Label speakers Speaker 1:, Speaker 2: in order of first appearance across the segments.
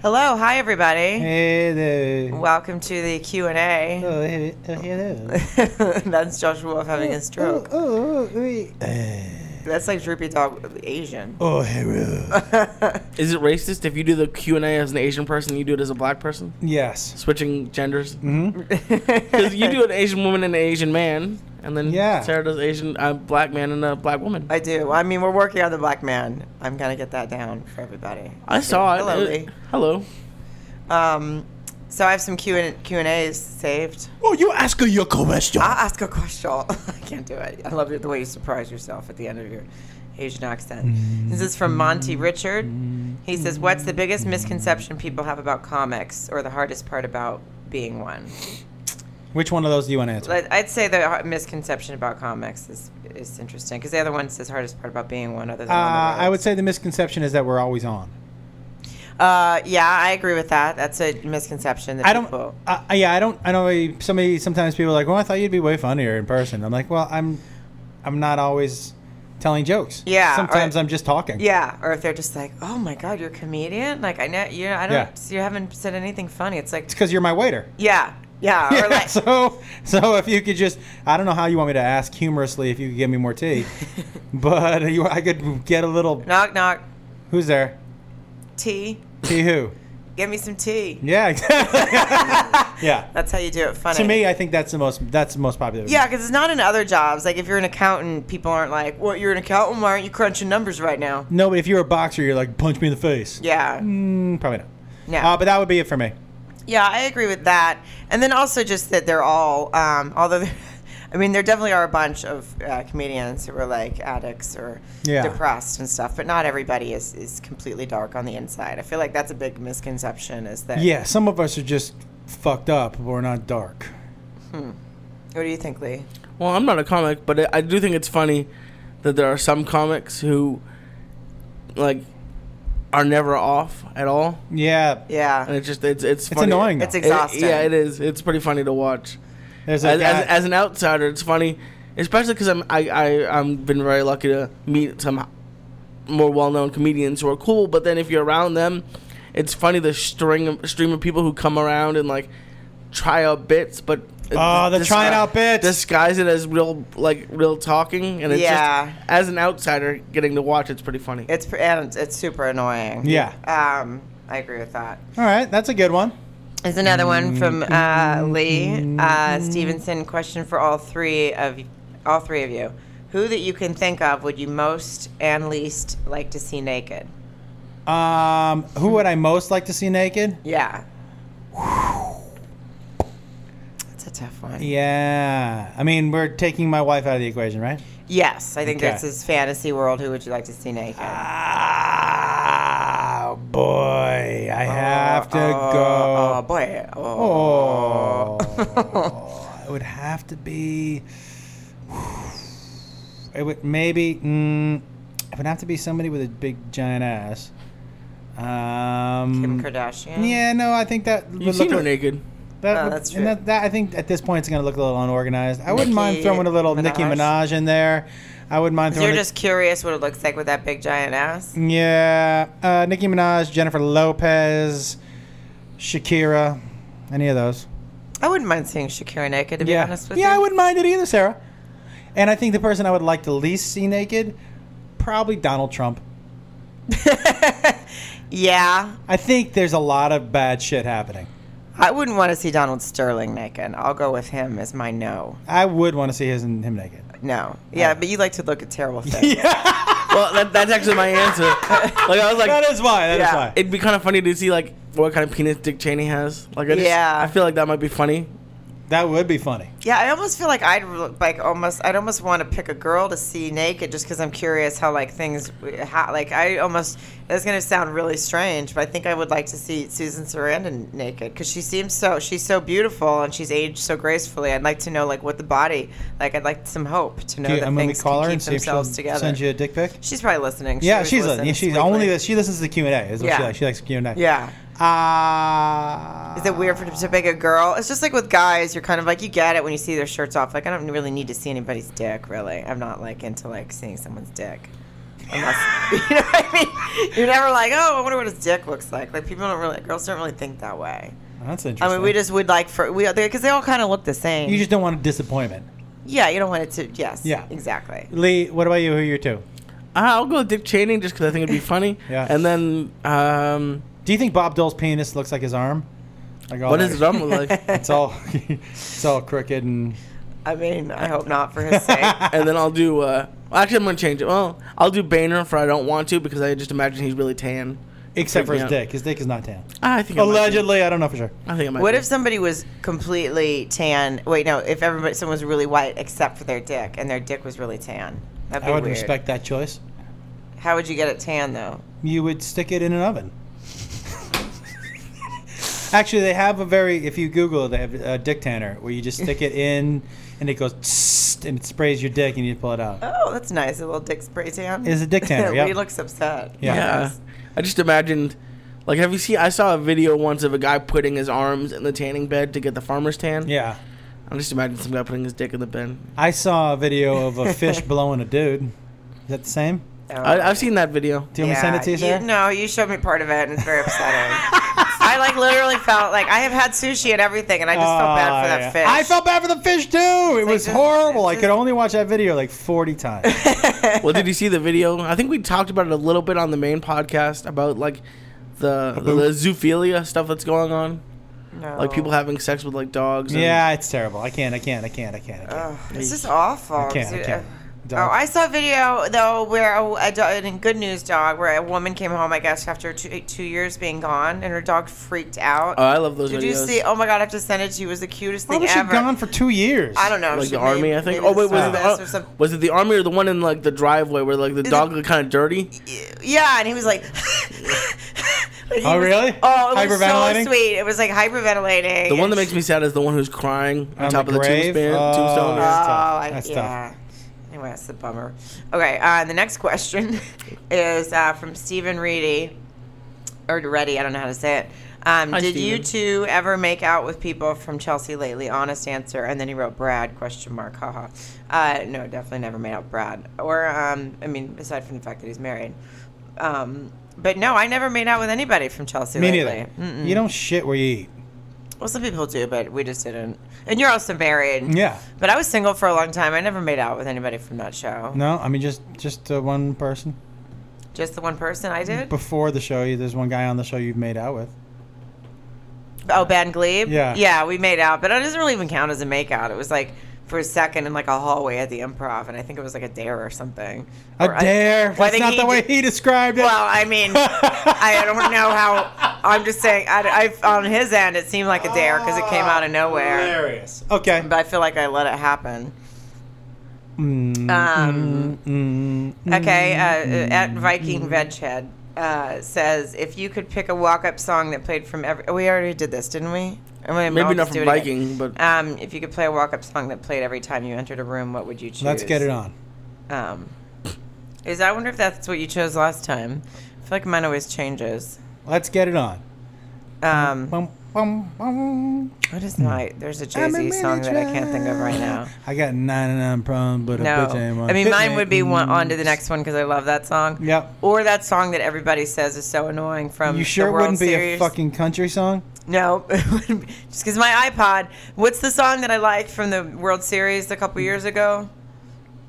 Speaker 1: Hello, hi everybody.
Speaker 2: Hello.
Speaker 1: Welcome to the Q and A.
Speaker 2: Oh, he- oh, hello.
Speaker 1: That's Josh Wolf having a stroke.
Speaker 2: Oh, oh, wait. Uh,
Speaker 1: That's like droopy dog Asian.
Speaker 2: oh, hello.
Speaker 3: Is it racist if you do the Q and A as an Asian person, you do it as a black person?
Speaker 2: Yes.
Speaker 3: Switching genders,
Speaker 2: Mm-hmm.
Speaker 3: because you do an Asian woman and an Asian man, and then
Speaker 2: Yeah.
Speaker 3: Sarah does Asian uh, black man and a black woman.
Speaker 1: I do. I mean, we're working on the black man. I'm gonna get that down for everybody.
Speaker 3: I saw it.
Speaker 1: Hello,
Speaker 3: It- hello.
Speaker 1: Um, so I have some Q and Q and A's saved.
Speaker 2: Oh, you ask her your question.
Speaker 1: I'll ask a question. I can't do it. I love it, the way you surprise yourself at the end of your Asian accent. This is from Monty Richard. He says, "What's the biggest misconception people have about comics, or the hardest part about being one?"
Speaker 2: Which one of those do you want to answer?
Speaker 1: Like, I'd say the har- misconception about comics is is interesting because the other one says hardest part about being one other than
Speaker 2: Uh,
Speaker 1: on the
Speaker 2: I would
Speaker 1: roads.
Speaker 2: say the misconception is that we're always on.
Speaker 1: Uh, yeah, I agree with that. That's a misconception that
Speaker 2: I don't.
Speaker 1: people.
Speaker 2: Uh, yeah, I don't. I know. uh, Somebody sometimes people are like, "Well, I thought you'd be way funnier in person." I'm like, "Well, I'm, I'm not always telling jokes.
Speaker 1: Yeah, or-
Speaker 2: Sometimes I'm just talking.
Speaker 1: Yeah, or if they're just like, "Oh my God, you're a comedian!" Like I know you. I don't.
Speaker 2: Yeah.
Speaker 1: You haven't said anything funny. It's like,
Speaker 2: It's because you're my waiter.
Speaker 1: yeah, yeah,
Speaker 2: Yeah,
Speaker 1: or like,
Speaker 2: so so if you could just I don't know how you want me to ask humorously if you could give me more tea, but you, I could get a little.
Speaker 1: knock knock,
Speaker 2: Who's there?
Speaker 1: tea.
Speaker 2: Tea who?
Speaker 1: Give me some tea.
Speaker 2: Yeah, exactly. yeah.
Speaker 1: That's how you do it. Funny
Speaker 2: To me, I think that's the most that's the most popular.
Speaker 1: Yeah, because it's not in other jobs. Like if you're an accountant, people aren't like, "Well, you're an accountant. Why aren't you crunching numbers right now?"
Speaker 2: No, but if you're a boxer, you're like punch me in the face.
Speaker 1: Yeah.
Speaker 2: Mm, probably not.
Speaker 1: Yeah.
Speaker 2: Uh, but that would be it for me.
Speaker 1: Yeah, I agree with that. And then also just that they're all, um, although, they're- I mean, there definitely are a bunch of uh, comedians who are like addicts or
Speaker 2: Yeah.
Speaker 1: depressed and stuff, but not everybody is, is completely dark on the inside. I feel like that's a big misconception is that.
Speaker 2: Yeah, some of us are just fucked up, but we're not dark.
Speaker 1: What do you think, Lee?
Speaker 3: Well, I'm not a comic, but I I do think it's funny that there are some comics who, like, are never off at all,
Speaker 2: Yeah.
Speaker 3: and
Speaker 1: Yeah.
Speaker 3: it's just it's it's
Speaker 2: It's
Speaker 3: funny.
Speaker 2: annoying.
Speaker 1: It's
Speaker 2: though.
Speaker 3: It-
Speaker 1: exhausting.
Speaker 3: yeah, it is. It's pretty funny to watch.
Speaker 2: There's a
Speaker 3: as,
Speaker 2: guy-
Speaker 3: as, as an outsider, it's funny, especially because I'm I I I'm been very lucky to meet some more well-known comedians who are cool. But then if you're around them, it's funny the string of, stream of people who come around and like try out bits, but
Speaker 2: Oh, they're
Speaker 3: disgu-
Speaker 2: trying out bits.
Speaker 3: disguise it as real like real talking, and it's
Speaker 1: Yeah.
Speaker 3: just as an outsider getting to watch, it's pretty funny.
Speaker 1: It's, pre- and it's super annoying.
Speaker 2: Yeah.
Speaker 1: Um, I agree with that.
Speaker 2: All right, that's a good one.
Speaker 1: There's another one
Speaker 2: Mm-hmm.
Speaker 1: from uh, Lee uh, Stevenson. Question for all three of all three of you: Who that you can think of would you most and least like to see naked?
Speaker 2: Um, who would I most like to see naked?
Speaker 1: Yeah, that's a tough one.
Speaker 2: Yeah. I mean, we're taking my wife out of the equation, right?
Speaker 1: Yes, I think
Speaker 2: Okay.
Speaker 1: that's his fantasy world. Who would you like to see naked?
Speaker 2: Ah, boy. I have to
Speaker 1: oh,
Speaker 2: go.
Speaker 1: Oh boy.
Speaker 3: Uh,
Speaker 2: Oh,
Speaker 1: Oh.
Speaker 2: it would have to be. It would maybe. Mm, it would have to be somebody with a big giant ass. Um,
Speaker 1: Kim Kardashian.
Speaker 2: Yeah, no, I think that.
Speaker 3: You've
Speaker 2: would
Speaker 3: seen
Speaker 2: look
Speaker 3: her
Speaker 2: a-
Speaker 3: naked.
Speaker 2: That,
Speaker 1: Oh,
Speaker 2: would-
Speaker 1: that's true.
Speaker 2: and That, that- I think at this point it's going to look a little unorganized. I wouldn't mind
Speaker 1: Nicki
Speaker 2: throwing a little Nicki
Speaker 1: Minaj.
Speaker 2: Minaj in there. I wouldn't mind throwing.
Speaker 1: You're
Speaker 2: a-
Speaker 1: just curious what it looks like with that big giant ass.
Speaker 2: yeah, uh, Nicki Minaj, Jennifer Lopez, Shakira, any of those.
Speaker 1: I wouldn't mind seeing Shakira naked. To be
Speaker 2: yeah,
Speaker 1: honest with you.
Speaker 2: yeah, I wouldn't mind it either, Sarah. And I think the person I would like to least see naked, probably Donald Trump.
Speaker 1: Yeah,
Speaker 2: I think there's a lot of bad shit happening.
Speaker 1: I wouldn't want to see Donald Sterling naked. I'll go with him as my no.
Speaker 2: I would want to see his him naked.
Speaker 1: No. Yeah, but you like to look at terrible things.
Speaker 2: Yeah,
Speaker 3: Well, that, that's actually my answer. like I was like,
Speaker 2: that is why. That is
Speaker 1: Yeah.
Speaker 2: why.
Speaker 3: It'd be kind of funny to see like what kind of penis Dick Cheney has. Like, I just,
Speaker 1: Yeah.
Speaker 3: I feel like that might be funny.
Speaker 2: that would be funny.
Speaker 1: yeah, I almost feel like I'd look like almost I'd almost want to pick a girl to see naked just cuz I'm curious how like things how, like I almost it's going to sound really strange, but I think I would like to see Susan Sarandon naked cuz she seems so she's so beautiful and she's aged so gracefully. I'd like to know like what the body like I'd like some hope to know
Speaker 2: Dude,
Speaker 1: that
Speaker 2: I'm gonna
Speaker 1: things
Speaker 2: call
Speaker 1: can
Speaker 2: her
Speaker 1: keep
Speaker 2: and see if she'll
Speaker 1: themselves together.
Speaker 2: send you a dick pic.
Speaker 1: she's probably listening. She
Speaker 2: Yeah,
Speaker 1: always
Speaker 2: she's
Speaker 1: listens
Speaker 2: listening. She's
Speaker 1: weekly.
Speaker 2: only she listens to the Q and A. Is what
Speaker 1: Yeah.
Speaker 2: she likes. She likes Q and A.
Speaker 1: Yeah.
Speaker 2: Ah.
Speaker 1: Is it weird for to pick a girl? It's just like with guys, you're kind of like you get it when you see their shirts off. Like I don't really need to see anybody's dick, really. I'm not like into like seeing someone's dick. Unless you know what I mean. You're never like, oh, I wonder what his dick looks like. Like people don't really, girls don't really think that way.
Speaker 2: That's interesting.
Speaker 1: I mean, we just would like for we because they all kind of look the same.
Speaker 2: you just don't want a disappointment.
Speaker 1: yeah, you don't want it to. Yes.
Speaker 2: Yeah.
Speaker 1: Exactly.
Speaker 2: Lee, what about you? Who are your two?
Speaker 3: Ah, I'll go with Dick Cheney just because I think it'd be funny.
Speaker 2: Yeah.
Speaker 3: And then, um,
Speaker 2: Do you think Bob Dole's penis looks like his arm? Like all
Speaker 3: what
Speaker 2: that-
Speaker 3: does his arm look like?
Speaker 2: It's all it's all crooked and
Speaker 1: I mean, I hope not for his sake.
Speaker 3: and then I'll do. Uh, well, actually, I'm gonna change it. Well, I'll do Boehner for I don't want to because I just imagine he's really tan.
Speaker 2: except for his
Speaker 3: Yeah.
Speaker 2: dick. His dick is not tan.
Speaker 3: Ah, I think I might be.
Speaker 2: Allegedly, I don't know for sure.
Speaker 3: I think I might.
Speaker 1: What
Speaker 3: be.
Speaker 1: if somebody was completely tan? Wait, no. If everybody, someone was really white except for their dick, and their dick was really tan, that'd be
Speaker 2: I would
Speaker 1: weird.
Speaker 2: respect that choice.
Speaker 1: How would you get it tan though?
Speaker 2: You would stick it in an oven. Actually, they have a very if you Google, it, they have a dick tanner where you just stick it in and it goes tssst and it sprays your dick and you pull it out.
Speaker 1: Oh, that's nice. A little dick spray tan.
Speaker 2: It's a dick tanner,
Speaker 1: Lee
Speaker 2: yep.
Speaker 1: looks upset.
Speaker 2: Yeah.
Speaker 3: Yeah. I just imagined. Like, have you seen? I saw a video once of a guy putting his arms in the tanning bed to get the farmer's tan.
Speaker 2: Yeah.
Speaker 3: I'm just imagining some guy putting his dick in the bed.
Speaker 2: I saw a video of a fish blowing a dude. Is that the same?
Speaker 1: Oh.
Speaker 3: I, I've seen that video.
Speaker 2: Do you want me to send it to you, Sarah?
Speaker 1: no, you showed me part of it, and it's very upsetting. I like literally felt like I have had sushi and everything, and I just felt bad for
Speaker 2: Oh, yeah.
Speaker 1: that fish.
Speaker 2: I felt bad for the fish too. It was
Speaker 1: just-
Speaker 2: horrible.
Speaker 1: it's
Speaker 2: I could
Speaker 1: just-
Speaker 2: only watch that video like 40 times.
Speaker 3: Well, did you see the video? I think we talked about it a little bit on the main podcast about like the the, the zoophilia stuff that's going on,
Speaker 1: no.
Speaker 3: like people having sex with like dogs. and-
Speaker 2: Oh. yeah, it's terrible. I can't. I can't. I can't. I can't. I can't.
Speaker 1: Ugh, it's just awful.
Speaker 2: I can't. I
Speaker 1: Dude,
Speaker 2: can't.
Speaker 1: Oh,
Speaker 2: Dog.
Speaker 1: I saw a video though where a, a dog, in Good News Dog, where a woman came home, I guess, after two, two years being gone, and her dog freaked out.
Speaker 3: Oh, I love those
Speaker 1: Did
Speaker 3: videos.
Speaker 1: you see? Oh my God, I have to send it to you. It was the cutest
Speaker 2: Why
Speaker 1: thing
Speaker 2: was she
Speaker 1: ever.
Speaker 2: gone for two years?
Speaker 1: I don't know.
Speaker 3: like
Speaker 1: she
Speaker 3: the
Speaker 1: may-
Speaker 3: army, I think.
Speaker 1: maybe
Speaker 3: Oh wait, was it
Speaker 1: the service or
Speaker 3: the ar-
Speaker 1: some-
Speaker 3: was it the army or the one in like the driveway where like the
Speaker 1: it-
Speaker 3: dog looked kind of dirty?
Speaker 1: Yeah, and he was like. But he
Speaker 2: Oh,
Speaker 1: was-
Speaker 2: really?
Speaker 1: Oh, it was so
Speaker 2: Hyperventilating?
Speaker 1: sweet. It was like hyperventilating.
Speaker 3: The one that
Speaker 1: and
Speaker 3: makes me sad is the one who's crying on,
Speaker 2: On
Speaker 3: top
Speaker 2: the
Speaker 3: of the
Speaker 2: grave?
Speaker 3: tombstone.
Speaker 2: Oh,
Speaker 3: tombstone.
Speaker 1: Oh,
Speaker 2: yeah. That's tough.
Speaker 1: I,
Speaker 2: That's tough.
Speaker 1: yeah. Anyway, that's the bummer. Okay, uh, the next question is uh, from Stephen Reedy, or Reddy, I don't know how to say it. Um,
Speaker 3: Hi,
Speaker 1: did you
Speaker 3: Stephen.
Speaker 1: two ever make out with people from Chelsea lately? Honest answer. And then he wrote Brad question mark haha. Uh, no, definitely never made out with Brad. Or um, I mean, aside from the fact that he's married. Um, but no, I never made out with anybody from Chelsea
Speaker 2: Me
Speaker 1: lately.
Speaker 2: neither.
Speaker 1: Mm-mm.
Speaker 2: You don't shit where you eat.
Speaker 1: Well, some people do, but we just didn't. And you're also married.
Speaker 2: Yeah.
Speaker 1: But I was single for a long time. I never made out with anybody from that show.
Speaker 2: No, I mean just just uh, one person.
Speaker 1: Just the one person I did.
Speaker 2: Before the show, you- there's one guy on the show you've made out with.
Speaker 1: oh, Ben Glebe.
Speaker 2: Yeah.
Speaker 1: Yeah, we made out, but it doesn't really even count as a makeout. It was like for a second in like a hallway at the Improv, and I think it was like a dare or something.
Speaker 2: A
Speaker 1: Or I-
Speaker 2: dare.
Speaker 1: Well, I
Speaker 2: That's
Speaker 1: think
Speaker 2: not the
Speaker 1: he
Speaker 2: way
Speaker 1: did-
Speaker 2: he described it.
Speaker 1: Well, I mean, I don't know how. I'm just saying. I, I- on his end, it seemed like a dare because it came out of nowhere.
Speaker 2: Hilarious. Okay.
Speaker 1: But I feel like I let it happen.
Speaker 2: Mm,
Speaker 1: Um,
Speaker 2: mm, mm,
Speaker 1: Okay, uh, at Viking Veghead uh, says if you could pick a walk-up song that played from every. Oh, We already did this, didn't we? I mean, I'll
Speaker 3: Maybe not
Speaker 1: just do
Speaker 3: from
Speaker 1: it again.
Speaker 3: Viking, but
Speaker 1: Um, if you could play a walk-up song that played every time you entered a room, what would you choose?
Speaker 2: Let's get it on.
Speaker 1: Um, is I wonder if that's what you chose last time. I feel like mine always changes.
Speaker 2: Let's get it on.
Speaker 1: Um,
Speaker 2: Bum, bum, bum.
Speaker 1: what is my? There's a Jay
Speaker 2: I'm
Speaker 1: Z
Speaker 2: a
Speaker 1: song that I can't think of right now.
Speaker 2: I got 99 problems, but a
Speaker 1: No,
Speaker 2: bitch ain't one.
Speaker 1: I mean
Speaker 2: Bitch
Speaker 1: mine would be
Speaker 2: ain't
Speaker 1: one on to the
Speaker 2: one.
Speaker 1: next one because I love that song.
Speaker 2: Yep.
Speaker 1: Or that song that everybody says is so annoying from
Speaker 2: You sure
Speaker 1: um, the
Speaker 2: it
Speaker 1: World
Speaker 2: wouldn't be
Speaker 1: Series.
Speaker 2: a fucking country song?
Speaker 1: No, just because my iPod. What's the song that I liked from the World Series a couple years ago?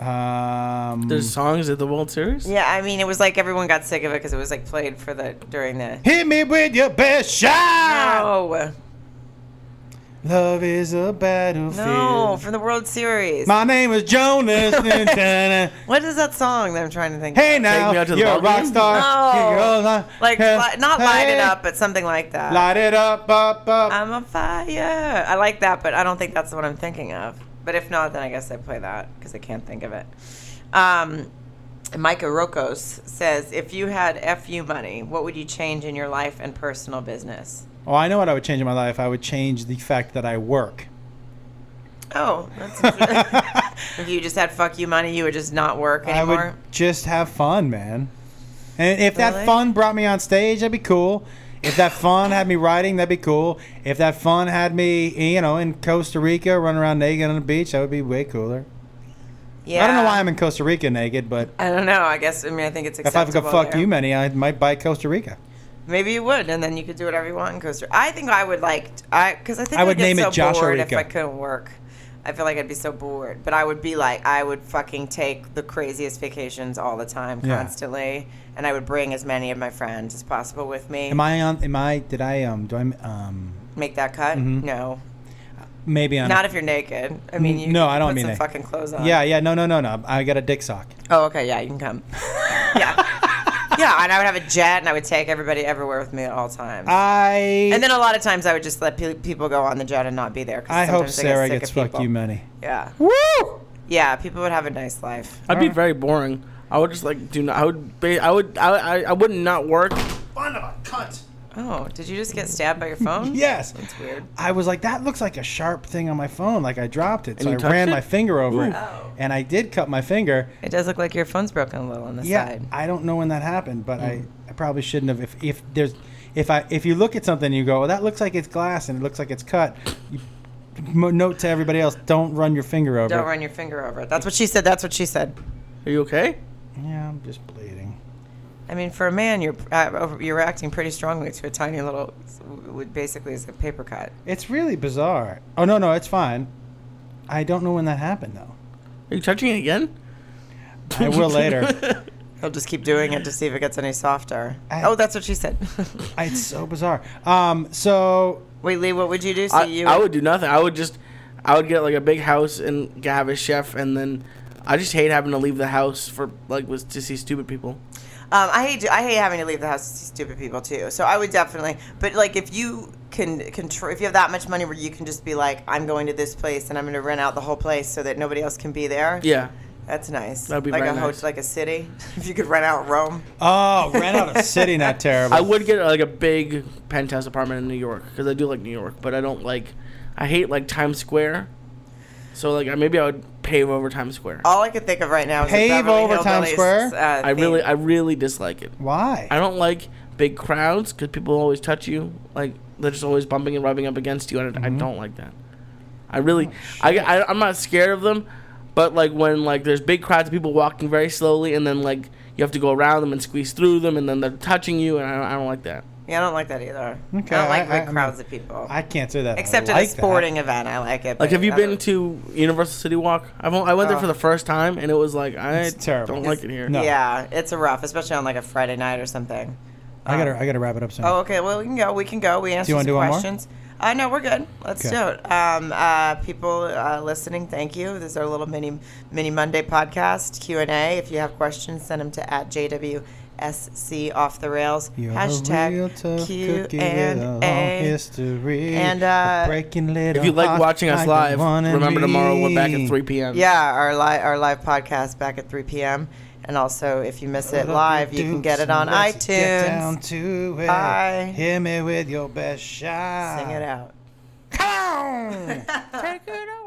Speaker 2: Um,
Speaker 3: there's songs at the World Series.
Speaker 1: Yeah, I mean, it was like everyone got sick of it because it was like played for the during the.
Speaker 2: Hit me with your best shot.
Speaker 1: No,
Speaker 2: Love is a battlefield.
Speaker 1: no, from the World Series.
Speaker 2: My name is Jonas. Montana.
Speaker 1: What is that song that I'm trying to think?
Speaker 2: hey
Speaker 1: of?
Speaker 2: now,
Speaker 3: me out to the
Speaker 2: you're a
Speaker 3: ballgame?
Speaker 2: rock star.
Speaker 1: No.
Speaker 2: You go li-
Speaker 1: like
Speaker 2: hey,
Speaker 1: li- not light it
Speaker 2: hey.
Speaker 1: up, Uh. but something like that.
Speaker 2: Light it up, up, up.
Speaker 1: I'm on fire. I like that, but I don't think that's the one I'm thinking of. But if not, then I guess I play that because I can't think of it. Um, Micah Rokos says, "If you had fu money, what would you change in your life and personal business?"
Speaker 2: well, Oh, I know what I would change in my life. I would change the fact that I work.
Speaker 1: Oh, that's
Speaker 2: I
Speaker 1: if you just had fuck you money, you would just not work anymore.
Speaker 2: would just have fun, man. And if
Speaker 1: Really?
Speaker 2: that fun brought me on stage, that'd be cool. If that fun had me writing, that'd be cool. If that fun had me, you know, in Costa Rica running around naked on the beach, that would be way cooler.
Speaker 1: Yeah.
Speaker 2: I don't know why I'm in Costa Rica naked, but
Speaker 1: I don't know. I guess I mean I think it's
Speaker 2: if I
Speaker 1: acceptable.
Speaker 2: could fuck
Speaker 1: there.
Speaker 2: you many, I might buy Costa Rica.
Speaker 1: maybe you would, and then you could do whatever you want in Costa. Rica. I think I would like I because I think
Speaker 2: I
Speaker 1: I'd
Speaker 2: would
Speaker 1: get
Speaker 2: name it
Speaker 1: so
Speaker 2: Joshua
Speaker 1: bored if
Speaker 2: Rica.
Speaker 1: I couldn't work. I feel like I'd be so bored, but I would be like I would fucking take the craziest vacations all the time,
Speaker 2: Yeah.
Speaker 1: constantly, and I would bring as many of my friends as possible with me.
Speaker 2: Am I on? Am I? Did I? Um. Do I? Um.
Speaker 1: Make that cut?
Speaker 2: Mhm.
Speaker 1: No,
Speaker 2: Maybe on.
Speaker 1: not if you're naked. I mean, you
Speaker 2: No,
Speaker 1: can
Speaker 2: I don't
Speaker 1: put
Speaker 2: mean
Speaker 1: some
Speaker 2: naked.
Speaker 1: fucking clothes on.
Speaker 2: yeah. Yeah. No. No. No. No. I got a dick sock.
Speaker 1: Oh, okay. Yeah, you can come. yeah. Yeah, and I would have a jet, and I would take everybody everywhere with me at all times.
Speaker 2: I.
Speaker 1: and then a lot of times I would just let pe- people go on the jet and not be there. 'cause
Speaker 2: I hope
Speaker 1: sometimes
Speaker 2: Sarah
Speaker 1: sick
Speaker 2: gets
Speaker 1: of
Speaker 2: fuck
Speaker 1: people.
Speaker 2: you many.
Speaker 1: Yeah.
Speaker 2: Woo!
Speaker 1: Yeah, people would have a nice life.
Speaker 3: I'd be
Speaker 2: Alright.
Speaker 3: very boring. I would just like do not. I would. Ba- I would. I. I, I would not work.
Speaker 2: Son of a cunt.
Speaker 1: Oh, did you just get stabbed by your phone?
Speaker 2: Yes.
Speaker 1: That's weird.
Speaker 2: I was like, that looks like a sharp thing on my phone. Like I dropped it, so
Speaker 3: you
Speaker 2: I
Speaker 3: touched
Speaker 2: ran
Speaker 3: it?
Speaker 2: my finger over it,
Speaker 3: Ooh.
Speaker 1: Oh.
Speaker 2: and I did cut my finger.
Speaker 1: It does look like your phone's broken a little on the
Speaker 2: Yeah,
Speaker 1: side. Mm.
Speaker 2: I don't know when that happened, but I, I probably shouldn't have. If if there's if I if you look at something, and you go, well, that looks like it's glass and it looks like it's cut. You, mo- note to everybody else: don't run your finger over.
Speaker 1: Don't
Speaker 2: it.
Speaker 1: run your finger over it. That's what she said. That's what she said.
Speaker 3: Are you okay?
Speaker 2: Yeah, I'm just bleeding.
Speaker 1: I mean, for a man, you're uh, over- you're acting pretty strongly to a tiny little, what basically is a paper cut.
Speaker 2: It's really bizarre. Oh no, no, it's fine. I don't know when that happened though.
Speaker 3: Are you touching it again?
Speaker 2: I will later.
Speaker 1: He'll just keep doing it to see if it gets any softer.
Speaker 2: I-
Speaker 1: oh, that's what she said.
Speaker 2: I- It's so bizarre. Um, so
Speaker 1: Wait, Lee, what would you do? So
Speaker 3: I,
Speaker 1: you
Speaker 3: I would do nothing. I would just, I would get like a big house and have a chef, and then I just hate having to leave the house for like was to see stupid people.
Speaker 1: Um, I hate I hate having to leave the house to see stupid people too. So I would definitely, but like if you can control, if you have that much money where you can just be like, I'm going to this place and I'm going to rent out the whole place so that nobody else can be there.
Speaker 3: Yeah,
Speaker 1: that's nice.
Speaker 3: That'd be
Speaker 1: like
Speaker 3: very
Speaker 1: a
Speaker 3: nice.
Speaker 1: like a city. if you could rent out Rome,
Speaker 2: oh, ran out of city. Not terrible.
Speaker 3: I would get like a big penthouse apartment in New York because I do like New York, but I don't like, I hate like Times Square. So like I, maybe I would pave over Times Square.
Speaker 1: all I could think of right now is the
Speaker 2: Pave
Speaker 1: Beverly
Speaker 2: over Times
Speaker 1: Hillbillies,
Speaker 2: Square?
Speaker 1: uh,
Speaker 3: I
Speaker 1: theme.
Speaker 3: really, I really dislike it.
Speaker 2: Why?
Speaker 3: I don't like big crowds because people always touch you. Like they're just always bumping and rubbing up against you. And I I
Speaker 2: Mm-hmm.
Speaker 3: don't like that. I really,
Speaker 2: Oh,
Speaker 3: I, I, I'm not scared of them, but like when like there's big crowds of people walking very slowly, and then like you have to go around them and squeeze through them, and then they're touching you, and I, don't- I don't like that.
Speaker 1: Yeah, I don't like that either.
Speaker 2: Okay,
Speaker 1: I don't
Speaker 2: I-
Speaker 1: like
Speaker 2: I-
Speaker 1: big
Speaker 2: I'm-
Speaker 1: crowds of people.
Speaker 2: I can't say that. I
Speaker 1: Except at
Speaker 2: like
Speaker 1: a
Speaker 2: that.
Speaker 1: sporting event, I like it.
Speaker 3: Like,
Speaker 1: but
Speaker 3: have you
Speaker 1: I
Speaker 3: been
Speaker 1: don't-
Speaker 3: to Universal City Walk? I've, on- I went there
Speaker 1: Oh.
Speaker 3: for the first time, and it was like I
Speaker 2: Uh, It's terrible.
Speaker 3: don't
Speaker 2: It's-
Speaker 3: like it here.
Speaker 2: No.
Speaker 1: Yeah, it's a rough, especially on like a Friday night or something.
Speaker 2: I gotta,
Speaker 1: Um,
Speaker 2: I gotta wrap it up soon.
Speaker 1: Oh, okay. Well, we can go. We can go. We answered
Speaker 2: you
Speaker 1: some
Speaker 2: wanna do one more?
Speaker 1: questions. Uh, no, we're good. Let's
Speaker 2: Okay.
Speaker 1: do it. Um, uh, people uh, listening, thank you. This is our little mini mini Monday podcast Q and A. If you have questions, send them to at JWSC off the rails
Speaker 2: You're a real
Speaker 1: hashtag
Speaker 2: tough
Speaker 1: Q
Speaker 2: cookie
Speaker 1: and
Speaker 2: with a long
Speaker 1: A.
Speaker 2: history
Speaker 1: And, uh,
Speaker 2: a breaking little
Speaker 3: If you like
Speaker 2: heart
Speaker 3: watching us
Speaker 2: like
Speaker 3: live,
Speaker 2: the one in
Speaker 3: remember tomorrow we're back
Speaker 2: me.
Speaker 3: at 3 p.m.
Speaker 1: Yeah, our live our live podcast back at 3 p.m. And also, if you miss it live, you can get it on
Speaker 2: Let's Get down
Speaker 1: iTunes.
Speaker 2: to it.
Speaker 1: Bye.
Speaker 2: Hit me with your best shot.
Speaker 1: Sing it out.
Speaker 2: Come on!
Speaker 3: Take it away.